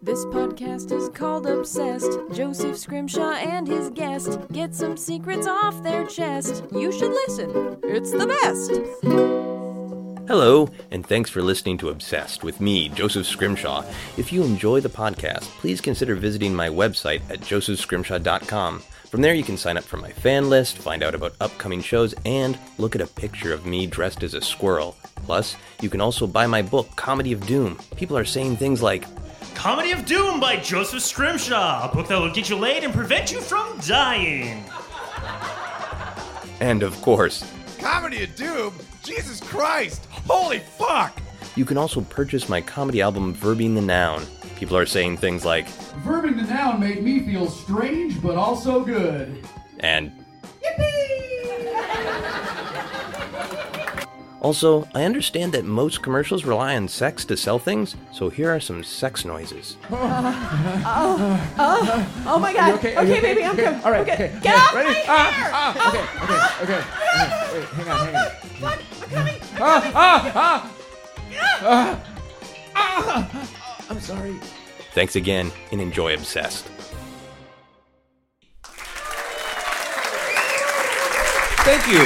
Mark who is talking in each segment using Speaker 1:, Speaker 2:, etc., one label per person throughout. Speaker 1: This podcast is called Obsessed. Joseph Scrimshaw and his guest get some secrets off their chest. You should listen, it's the best.
Speaker 2: Hello, and thanks for listening to Obsessed with me, Joseph Scrimshaw. If you enjoy the podcast, please consider visiting my website at josephscrimshaw.com. From there, you can sign up for my fan list, find out about upcoming shows, and look at a picture of me dressed as a squirrel. Plus, you can also buy my book, Comedy of Doom. People are saying things like,
Speaker 3: Comedy of Doom by Joseph Scrimshaw, a book that will get you laid and prevent you from dying.
Speaker 2: and of course,
Speaker 4: Comedy of Doom? Jesus Christ! Holy fuck!
Speaker 2: you can also purchase my comedy album, Verbing the Noun. People are saying things like,
Speaker 5: Verbing the noun made me feel strange, but also good.
Speaker 2: and Also, I understand that most commercials rely on sex to sell things, so here are some sex noises.
Speaker 6: Oh my god. Okay, baby, I'm good. All right, okay. Ah, Get off my Ah. hair!
Speaker 5: Okay,
Speaker 6: okay. Wait, hang on, hang on. What? I'm coming. I'm coming.
Speaker 5: I'm sorry.
Speaker 2: Thanks again, and enjoy Obsessed.
Speaker 7: Thank you.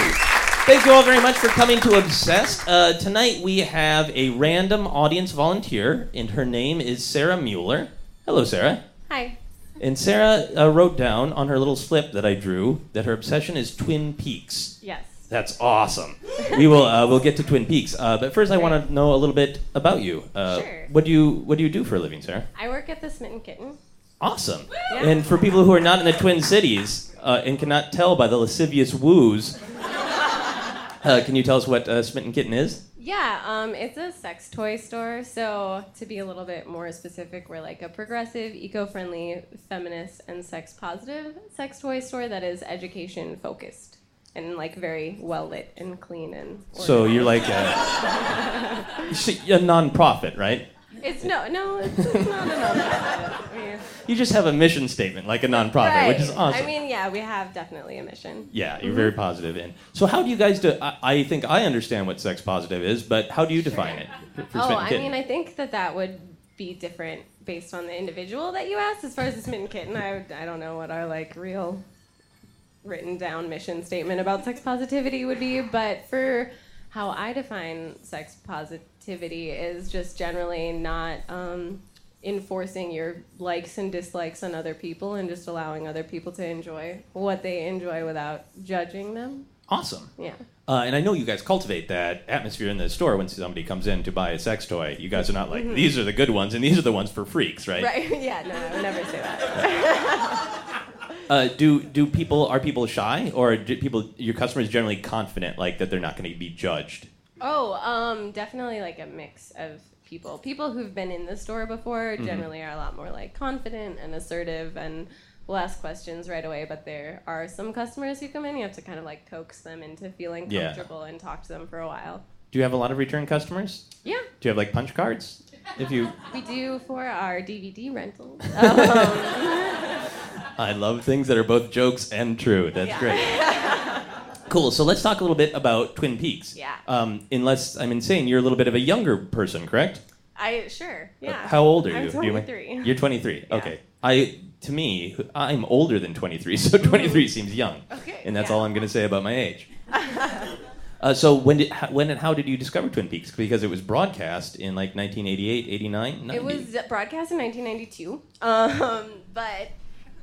Speaker 7: Thank you all very much for coming to Obsessed. Uh, tonight we have a random audience volunteer, and her name is Sarah Mueller. Hello, Sarah.
Speaker 8: Hi.
Speaker 7: And Sarah uh, wrote down on her little slip that I drew that her obsession is Twin Peaks.
Speaker 8: Yes.
Speaker 7: That's awesome. we will uh, we'll get to Twin Peaks, uh, but first I want to know a little bit about you. Uh,
Speaker 8: Sure.
Speaker 7: What do you What do you do for a living, Sarah?
Speaker 8: I work at the Smitten Kitten.
Speaker 7: Awesome.
Speaker 8: Yeah.
Speaker 7: And for people who are not in the Twin Cities uh, and cannot tell by the lascivious woos, uh, can you tell us what uh, Smitten Kitten is?
Speaker 8: Yeah, um, it's a sex toy store. So, to be a little bit more specific, we're like a progressive, eco friendly, feminist, and sex positive sex toy store that is education focused and like very well lit and clean and.
Speaker 7: So
Speaker 8: organized.
Speaker 7: you're like a, a non-profit, right?
Speaker 8: It's no, no, it's, it's not a nonprofit. I mean,
Speaker 7: You just have a mission statement like a non-profit,
Speaker 8: right.
Speaker 7: which is awesome.
Speaker 8: I mean, mm-hmm. yeah, we have definitely a mission.
Speaker 7: yeah, you're very positive. And so, how do you guys do? I, I think I understand what sex positive is, but how do you define it? For, for
Speaker 8: Oh,
Speaker 7: Smitten
Speaker 8: I
Speaker 7: Kitten?
Speaker 8: mean, I think that that would be different based on the individual that you asked. As far as the smitten kitten, I, would- I don't know what our like real written down mission statement about sex positivity would be, but for how I define sex positivity is just generally not um, enforcing your likes and dislikes on other people and just allowing other people to enjoy what they enjoy without judging them.
Speaker 7: awesome.
Speaker 8: Yeah.
Speaker 7: Uh, and I know you guys cultivate that atmosphere in the store when somebody comes in to buy a sex toy. You guys are not like, these are the good ones and these are the ones for freaks, right?
Speaker 8: Right. yeah, no, I would never say that.
Speaker 7: Uh, do do people are people shy or do people your customers generally confident like that they're not going to be judged?
Speaker 8: Oh, um, definitely like a mix of people. People who've been in the store before
Speaker 7: Mm-hmm.
Speaker 8: generally are a lot more like confident and assertive and will ask questions right away. But there are some customers who come in, you have to kind of like coax them into feeling
Speaker 7: Yeah.
Speaker 8: comfortable and talk to them for a while.
Speaker 7: Do you have a lot of return customers?
Speaker 8: Yeah,
Speaker 7: Do you have like punch cards? If you,
Speaker 8: we do for our DVD rentals.
Speaker 7: I love things that are both jokes and true. That's great. cool. So let's talk a little bit about Twin Peaks.
Speaker 8: Yeah.
Speaker 7: Um, unless I'm insane, you're a little bit of a younger person, correct?
Speaker 8: I sure. Yeah.
Speaker 7: How old are
Speaker 8: I'm
Speaker 7: you? Do you mind-
Speaker 8: 23.
Speaker 7: You're 23. Okay. I to me, I'm older than 23, so 23 seems young.
Speaker 8: Okay,
Speaker 7: And that's
Speaker 8: yeah.
Speaker 7: all I'm going to say about my age. uh, so when did h- when and how did you discover Twin Peaks? Because it was broadcast in like 1988, 89, 90.
Speaker 8: It was broadcast in 1992, um, but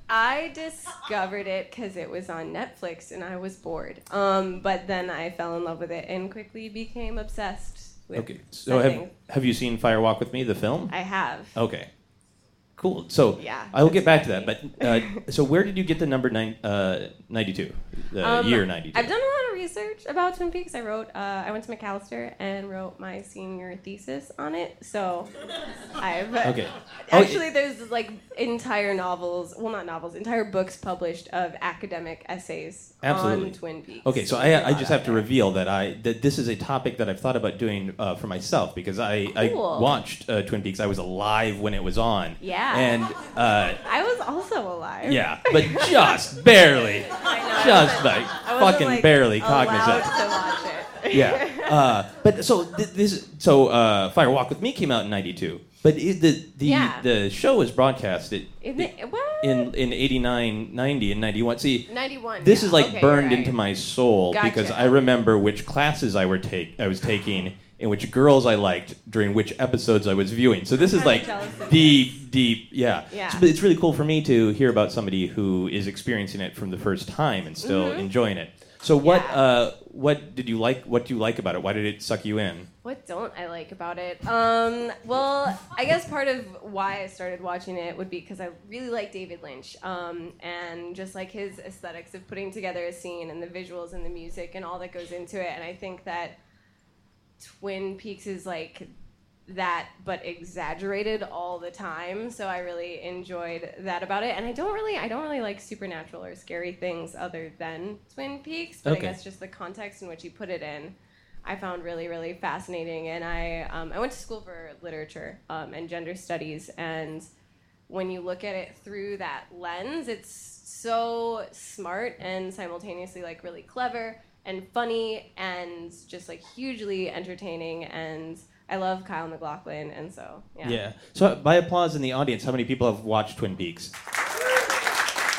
Speaker 8: I discovered it because it was on Netflix and I was bored. Um, but then I fell in love with it and quickly became obsessed with
Speaker 7: Okay. So
Speaker 8: the
Speaker 7: have, Oh,
Speaker 8: thing.
Speaker 7: have you seen Fire Walk with Me, the film?
Speaker 8: I have.
Speaker 7: Okay. Cool. So
Speaker 8: Yeah,
Speaker 7: I will get
Speaker 8: that's
Speaker 7: back to that. But uh, so where did you get the number nine, uh, 92? The
Speaker 8: Um,
Speaker 7: year 92.
Speaker 8: I've done a lot of research about Twin Peaks. I wrote, uh, I went to McAllister and wrote my senior thesis on it. So I've
Speaker 7: Okay. Oh,
Speaker 8: Actually, there's like entire novels, well, not novels, entire books published of academic essays
Speaker 7: Absolutely.
Speaker 8: on Twin Peaks.
Speaker 7: Okay, so I, I just have to reveal that I that this is a topic that I've thought about doing uh, for myself because I, I
Speaker 8: Cool.
Speaker 7: watched uh, Twin Peaks. I was alive when it was on.
Speaker 8: Yeah.
Speaker 7: And uh,
Speaker 8: I was also alive.
Speaker 7: yeah, but just barely,
Speaker 8: I know, I
Speaker 7: just
Speaker 8: wasn't-
Speaker 7: like
Speaker 8: I wasn't,
Speaker 7: fucking
Speaker 8: like,
Speaker 7: barely
Speaker 8: allowed
Speaker 7: cognizant.
Speaker 8: to watch it.
Speaker 7: Yeah. Uh, but so th- this so uh, Fire Walk with Me came out in '92, but it, the the
Speaker 8: Yeah.
Speaker 7: the show was broadcast at,
Speaker 8: Isn't it? What?
Speaker 7: in in '89, '90, and '91. See,
Speaker 8: 91.
Speaker 7: this
Speaker 8: yeah,
Speaker 7: is like
Speaker 8: okay, you're
Speaker 7: burned
Speaker 8: right.
Speaker 7: into my soul
Speaker 8: Gotcha.
Speaker 7: because I remember which classes I were take I was taking and which girls I liked during which episodes I was viewing. So this is
Speaker 8: kinda
Speaker 7: like
Speaker 8: jealous of
Speaker 7: deep, deep, yeah.
Speaker 8: Yeah.
Speaker 7: So- but it's really cool for me to hear about somebody who is experiencing it from the first time and still enjoying it. So what
Speaker 8: Mm-hmm. Yeah.
Speaker 7: uh, what did you like? What do you like about it? Why did it suck you in?
Speaker 8: What don't I like about it? Um, well, I guess part of why I started watching it would be because I really like David Lynch um, and just like his aesthetics of putting together a scene and the visuals and the music and all that goes into it. And I think that Twin Peaks is like that, but exaggerated all the time. So I really enjoyed that about it. And I don't really, I don't really like supernatural or scary things other than Twin Peaks. But
Speaker 7: Okay.
Speaker 8: I guess just the context in which he put it in. I found really, really fascinating. And I, um, I went to school for literature um, and gender studies. And when you look at it through that lens, it's so smart and simultaneously like really clever and funny and just like hugely entertaining. And I love Kyle McLaughlin. And so, yeah.
Speaker 7: Yeah. So by applause in the audience, how many people have watched Twin Peaks?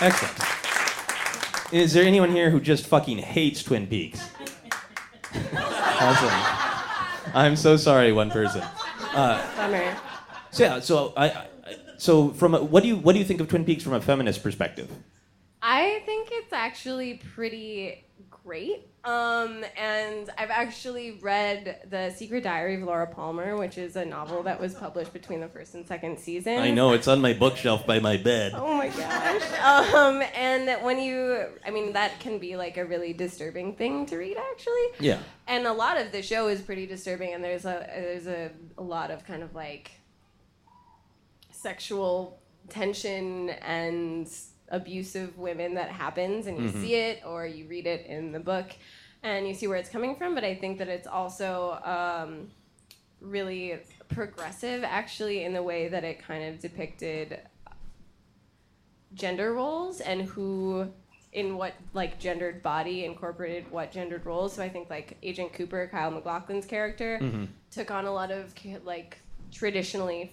Speaker 7: Excellent. Is there anyone here who just fucking hates Twin Peaks? awesome. I'm so sorry, one person.
Speaker 8: Bummer.
Speaker 7: So yeah, so I, I so from a, what do you what do you think of Twin Peaks from a feminist perspective?
Speaker 8: I think it's actually pretty great. Um, and I've actually read The Secret Diary of Laura Palmer, which is a novel that was published between the first and second season.
Speaker 7: I know it's on my bookshelf by my bed.
Speaker 8: Oh my gosh. um, and that when you, I mean, that can be like a really disturbing thing to read, actually.
Speaker 7: Yeah.
Speaker 8: And a lot of the show is pretty disturbing, and there's a there's a, a lot of kind of like sexual tension and abusive women that happens, and you see it or you read it in the book, and you see where it's coming from. But I think that it's also um, really progressive actually in the way that it kind of depicted gender roles and who in what like gendered body incorporated what gendered roles so i think like agent cooper kyle mclaughlin's character took on a lot of ca- like traditionally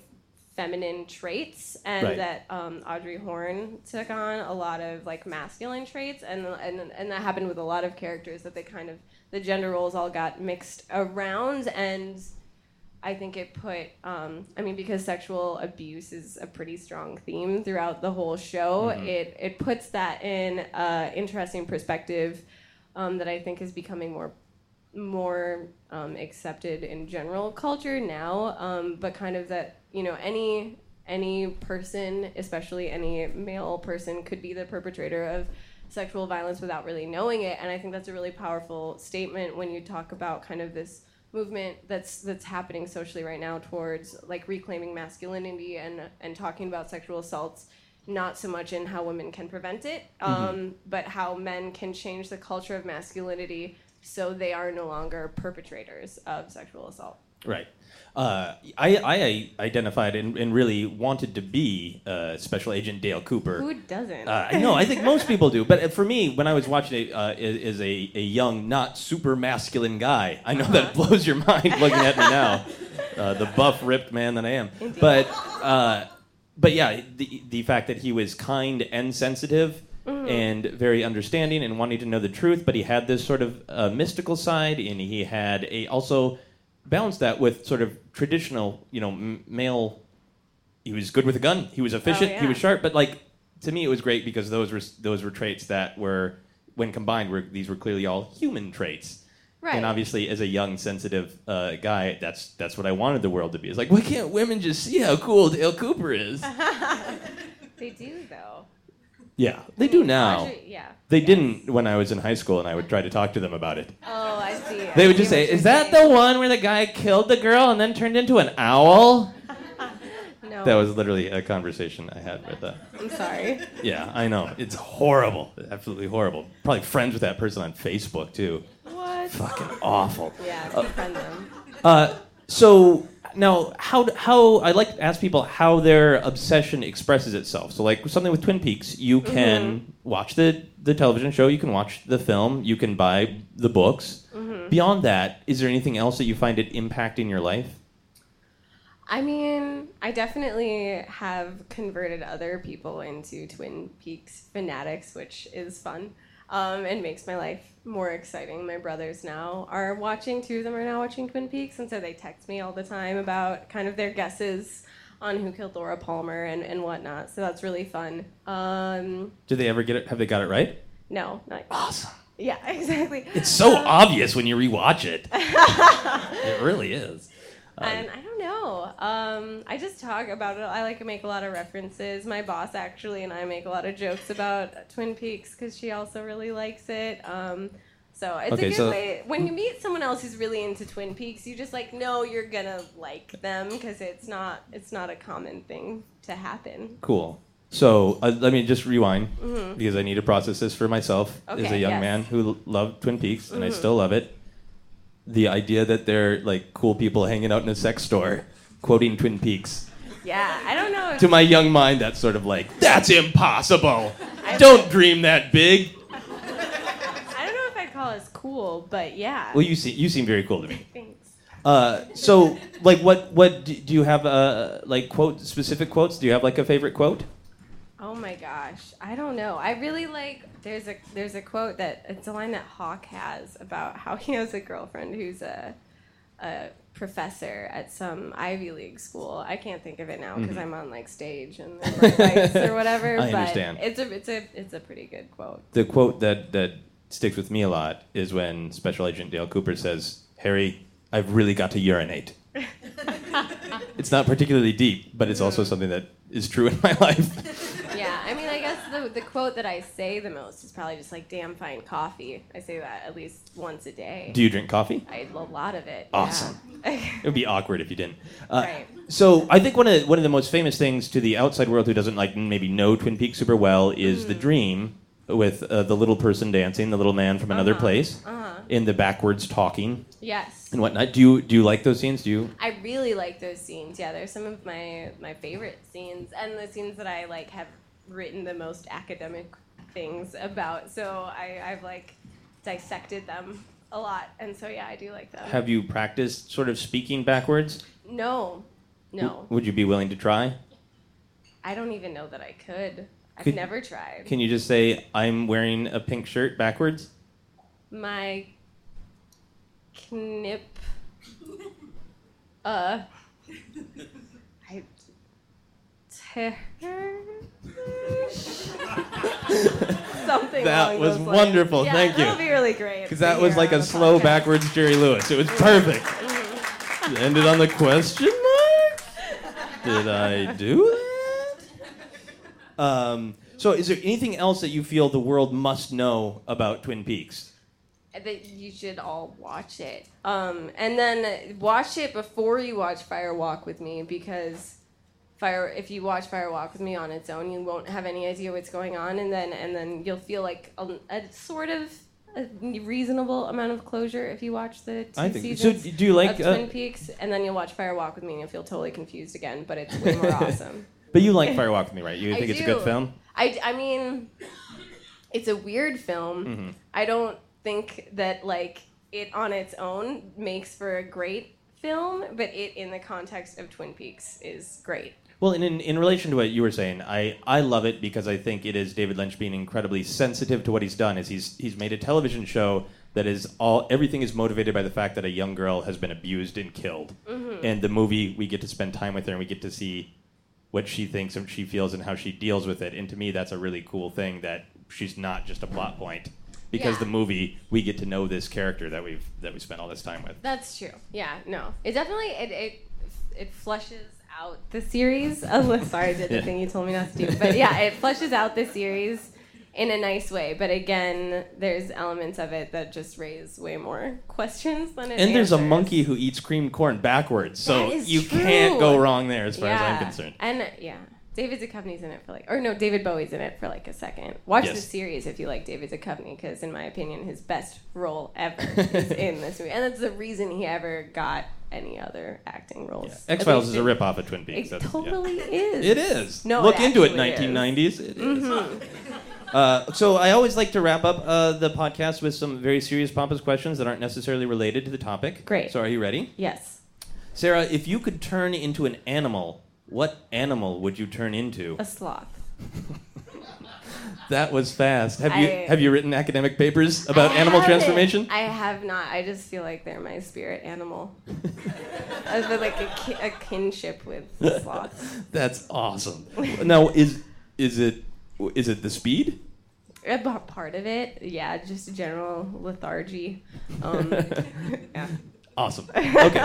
Speaker 8: feminine traits and
Speaker 7: Right.
Speaker 8: that um, audrey horn took on a lot of like masculine traits and, and and that happened with a lot of characters that they kind of the gender roles all got mixed around and I think it put, um, I mean, because sexual abuse is a pretty strong theme throughout the whole show, it, it puts that in an interesting perspective um, that I think is becoming more more um, accepted in general culture now, um, but kind of that you know any any person, especially any male person, could be the perpetrator of sexual violence without really knowing it. And I think that's a really powerful statement when you talk about kind of this movement that's that's happening socially right now towards like reclaiming masculinity and and talking about sexual assaults not so much in how women can prevent it,
Speaker 7: Mm-hmm.
Speaker 8: um, but how men can change the culture of masculinity so they are no longer perpetrators of sexual assault.
Speaker 7: Right. Uh, I, I identified and, and really wanted to be uh, Special Agent Dale Cooper.
Speaker 8: Who doesn't?
Speaker 7: Uh, I know. I think most people do, but uh, for me, when I was watching it, uh, is, is a, a young, not super masculine guy. I know that blows your mind looking at me now, uh, the buff, ripped man that I am. But uh, but yeah, the the fact that he was kind and sensitive. And very understanding and wanting to know the truth, but he had this sort of uh, mystical side, and he had a also balanced that with sort of traditional, you know, m- male he was good with a gun. He was efficient. He
Speaker 8: Oh, yeah.
Speaker 7: was sharp. But like to me, it was great because those were those were traits that were when combined were these were clearly all human traits.
Speaker 8: Right.
Speaker 7: And obviously, as a young, sensitive uh, guy, that's that's what I wanted the world to be. It's like, why can't women just see how cool Dale Cooper is?
Speaker 8: Uh-huh. they do though.
Speaker 7: yeah, they do now.
Speaker 8: Audrey- yeah.
Speaker 7: They didn't when I was in high school, and I would try to talk to them about it.
Speaker 8: Oh, I see. I
Speaker 7: They would
Speaker 8: see
Speaker 7: just
Speaker 8: what
Speaker 7: say,
Speaker 8: you're
Speaker 7: "Is that the
Speaker 8: saying.
Speaker 7: one where the guy killed the girl and then turned into an owl?"
Speaker 8: No,
Speaker 7: That was literally a conversation I had with them.
Speaker 8: I'm sorry.
Speaker 7: Yeah, I know. It's horrible. Absolutely horrible. Probably friends with that person on Facebook too.
Speaker 8: What?
Speaker 7: Fucking awful.
Speaker 8: Yeah, defend them.
Speaker 7: So now, how how I like to ask people how their obsession expresses itself. So like something with Twin Peaks, you can watch the the television show, you can watch the film, you can buy the books. Beyond that, is there anything else that you find it impacting your life?
Speaker 8: I mean, I definitely have converted other people into Twin Peaks fanatics, which is fun um, and makes my life more exciting. My brothers now are watching, two of them are now watching Twin Peaks, and so they text me all the time about kind of their guesses on who killed Laura Palmer and, and whatnot. So that's really fun. Um,
Speaker 7: Did they ever get it? Have they got it right?
Speaker 8: no, not
Speaker 7: Awesome.
Speaker 8: yeah, exactly.
Speaker 7: It's so obvious when you rewatch it. it really is.
Speaker 8: and I don't know. Um, I just talk about it. I like to make a lot of references. My boss actually and I make a lot of jokes about Twin Peaks because she also really likes it. Um, so it's
Speaker 7: Okay,
Speaker 8: a good
Speaker 7: so-
Speaker 8: way. When you meet someone else who's really into Twin Peaks, you just like know you're gonna like them because it's not it's not a common thing to happen.
Speaker 7: Cool. So uh, let me just rewind because I need to process this for myself as a
Speaker 8: Mm-hmm. Okay,
Speaker 7: young
Speaker 8: yes. Mm-hmm.
Speaker 7: man who l- loved Twin Peaks and I still love it. The idea that they're like cool people hanging out in a sex store quoting Twin Peaks.
Speaker 8: Yeah, I don't know. If,
Speaker 7: To my young mind, that's sort of like, that's impossible. Don't dream that big.
Speaker 8: I don't know if I'd call us cool, but yeah.
Speaker 7: Well, you, see, you seem very cool to me.
Speaker 8: Thanks.
Speaker 7: Uh, so, like, what, what do do you have, uh, like, quote, specific quotes? Do you have, like, a favorite quote?
Speaker 8: Oh my gosh, I don't know. I really like. There's a there's a quote that it's a line that Hawk has about how he has a girlfriend who's a a professor at some Ivy League school. I can't think of it now because I'm on like stage and there's, like, lights or whatever.
Speaker 7: Mm-hmm. I
Speaker 8: but
Speaker 7: understand.
Speaker 8: It's a it's a it's a pretty good quote.
Speaker 7: the quote that that sticks with me a lot is when Special Agent Dale Cooper says, "Harry, I've really got to urinate." it's not particularly deep, but it's also something that is true in my life.
Speaker 8: Yeah, I mean, I guess the the quote that I say the most is probably just like "damn fine coffee." I say that at least once a day.
Speaker 7: Do you drink coffee?
Speaker 8: I have a lot of it. yeah.
Speaker 7: Awesome. It would be awkward if you didn't. Uh,
Speaker 8: Right.
Speaker 7: So I think one of one of the most famous things to the outside world who doesn't like maybe know Twin Peaks super well is
Speaker 8: Mm.
Speaker 7: the dream with uh, the little person dancing, the little man from another
Speaker 8: Uh-huh.
Speaker 7: place, in the backwards talking
Speaker 8: yes.
Speaker 7: and whatnot. Do you do you like those scenes? Do you
Speaker 8: I really like those scenes. Yeah, they're some of my my favorite scenes, and the scenes that I like have written the most academic things about. So I, I've like dissected them a lot, and so yeah, I do like them.
Speaker 7: Have you practiced sort of speaking backwards?
Speaker 8: no, no,
Speaker 7: Would you be willing to try?
Speaker 8: I don't even know that I could. I've
Speaker 7: Could-
Speaker 8: never tried.
Speaker 7: Can you just say, I'm wearing a pink shirt backwards?
Speaker 8: my knip. Uh, I. Ter- Something.
Speaker 7: That
Speaker 8: along
Speaker 7: was
Speaker 8: those lines.
Speaker 7: wonderful,
Speaker 8: Yeah,
Speaker 7: thank you.
Speaker 8: That'll be really great.
Speaker 7: Because that was like a slow
Speaker 8: backwards.
Speaker 7: backwards Jerry Lewis. It was
Speaker 8: Mm-hmm.
Speaker 7: perfect. Ended on the question mark. Did I do that? Um, so, is there anything else that you feel the world must know about Twin Peaks?
Speaker 8: that you should all watch it. Um, and then watch it before you watch Fire Walk with Me because Fire if you watch Fire Walk with Me on its own, you won't have any idea what's going on, and then and then you'll feel like a, a sort of a reasonable amount of closure if you watch the two
Speaker 7: I think so.
Speaker 8: seasons
Speaker 7: Do you like?
Speaker 8: of
Speaker 7: uh,
Speaker 8: Twin Peaks, and then you'll watch Fire Walk with Me and you'll feel totally confused again, but it's way more awesome.
Speaker 7: but you like Firewalk with Me, right? You
Speaker 8: I
Speaker 7: think it's a
Speaker 8: do.
Speaker 7: good film?
Speaker 8: I, I mean, it's a weird film.
Speaker 7: Mm-hmm.
Speaker 8: I don't think that like it on its own makes for a great film, but it in the context of Twin Peaks is great.
Speaker 7: Well, and in, in relation to what you were saying, I, I love it because I think it is David Lynch being incredibly sensitive to what he's done. Is he's he's made a television show that is all everything is motivated by the fact that a young girl has been abused and killed, and the movie we get to spend time with her and we get to see what she thinks and she feels and how she deals with it. And to me, that's a really cool thing that she's not just a plot point because
Speaker 8: Yeah.
Speaker 7: the movie we get to know this character that we've that we spent all this time with.
Speaker 8: That's true. Yeah, no, it definitely it it it flushes out the series. Oh, sorry, I did the
Speaker 7: Yeah.
Speaker 8: thing you told me not to do, but yeah, it flushes out the series in a nice way. But again, there's elements of it that just raise way more questions than it.
Speaker 7: And there's a
Speaker 8: answers.
Speaker 7: monkey who eats creamed corn backwards, so
Speaker 8: That is
Speaker 7: you
Speaker 8: true.
Speaker 7: can't go wrong there, as far as I'm concerned.
Speaker 8: And uh, yeah, David Duchovny's in it for like, or no, David Bowie's in it for like a second. Watch
Speaker 7: Yes.
Speaker 8: the series if you like David Duchovny, because in my opinion, his best role ever is in this movie, and that's the reason he ever got any other acting roles. At
Speaker 7: X Files
Speaker 8: least
Speaker 7: is a
Speaker 8: it-
Speaker 7: rip off of Twin Peaks.
Speaker 8: It
Speaker 7: that's- yeah.
Speaker 8: totally is. Mm-hmm.
Speaker 7: It is.
Speaker 8: No,
Speaker 7: look
Speaker 8: it
Speaker 7: into it,
Speaker 8: actually is.
Speaker 7: 1990s. It is. Uh, so I always like to wrap up uh, the podcast with some very serious, pompous questions that aren't necessarily related to the topic.
Speaker 8: Great.
Speaker 7: So are you ready?
Speaker 8: Yes.
Speaker 7: Sarah, if you could turn into an animal, what animal would you turn into?
Speaker 8: A sloth.
Speaker 7: That was fast. Have you
Speaker 8: I-
Speaker 7: have you written academic papers about animal
Speaker 8: haven't.
Speaker 7: transformation?
Speaker 8: I have not. I just feel like they're my spirit animal. I feel like a, ki- a kinship with sloths.
Speaker 7: That's awesome. now is is it is it the speed?
Speaker 8: A b- Part of it, yeah, just general lethargy. Um, yeah.
Speaker 7: Awesome. Okay.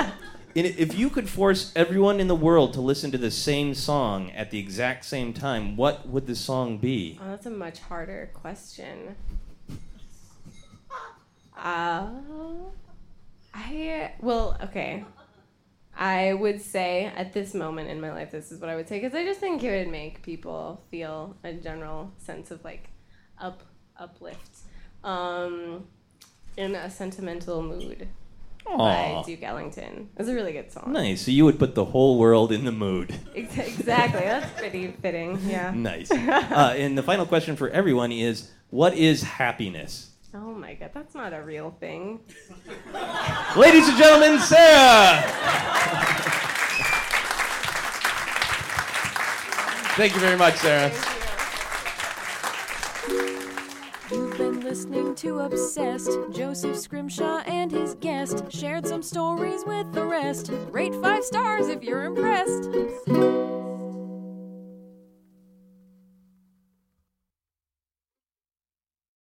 Speaker 7: And if you could force everyone in the world to listen to the same song at the exact same time, what would the song be?
Speaker 8: Oh, that's a much harder question. Uh, I well, okay. I would say at this moment in my life, this is what I would say because I just think it would make people feel a general sense of like up uplift, um, in a sentimental mood by
Speaker 7: Aw.
Speaker 8: Duke Ellington. It's a really good song.
Speaker 7: Nice. So you would put the whole world in the mood.
Speaker 8: Ex- Exactly. That's pretty fitting. Yeah.
Speaker 7: Nice. Uh, and the final question for everyone is what is happiness?
Speaker 8: Oh my god, that's not a real thing.
Speaker 7: Ladies and gentlemen, Sarah!
Speaker 4: Thank you very much, Sarah.
Speaker 1: You've been listening to Obsessed. Joseph Scrimshaw and his guest shared some stories with the rest. Rate five stars if you're impressed.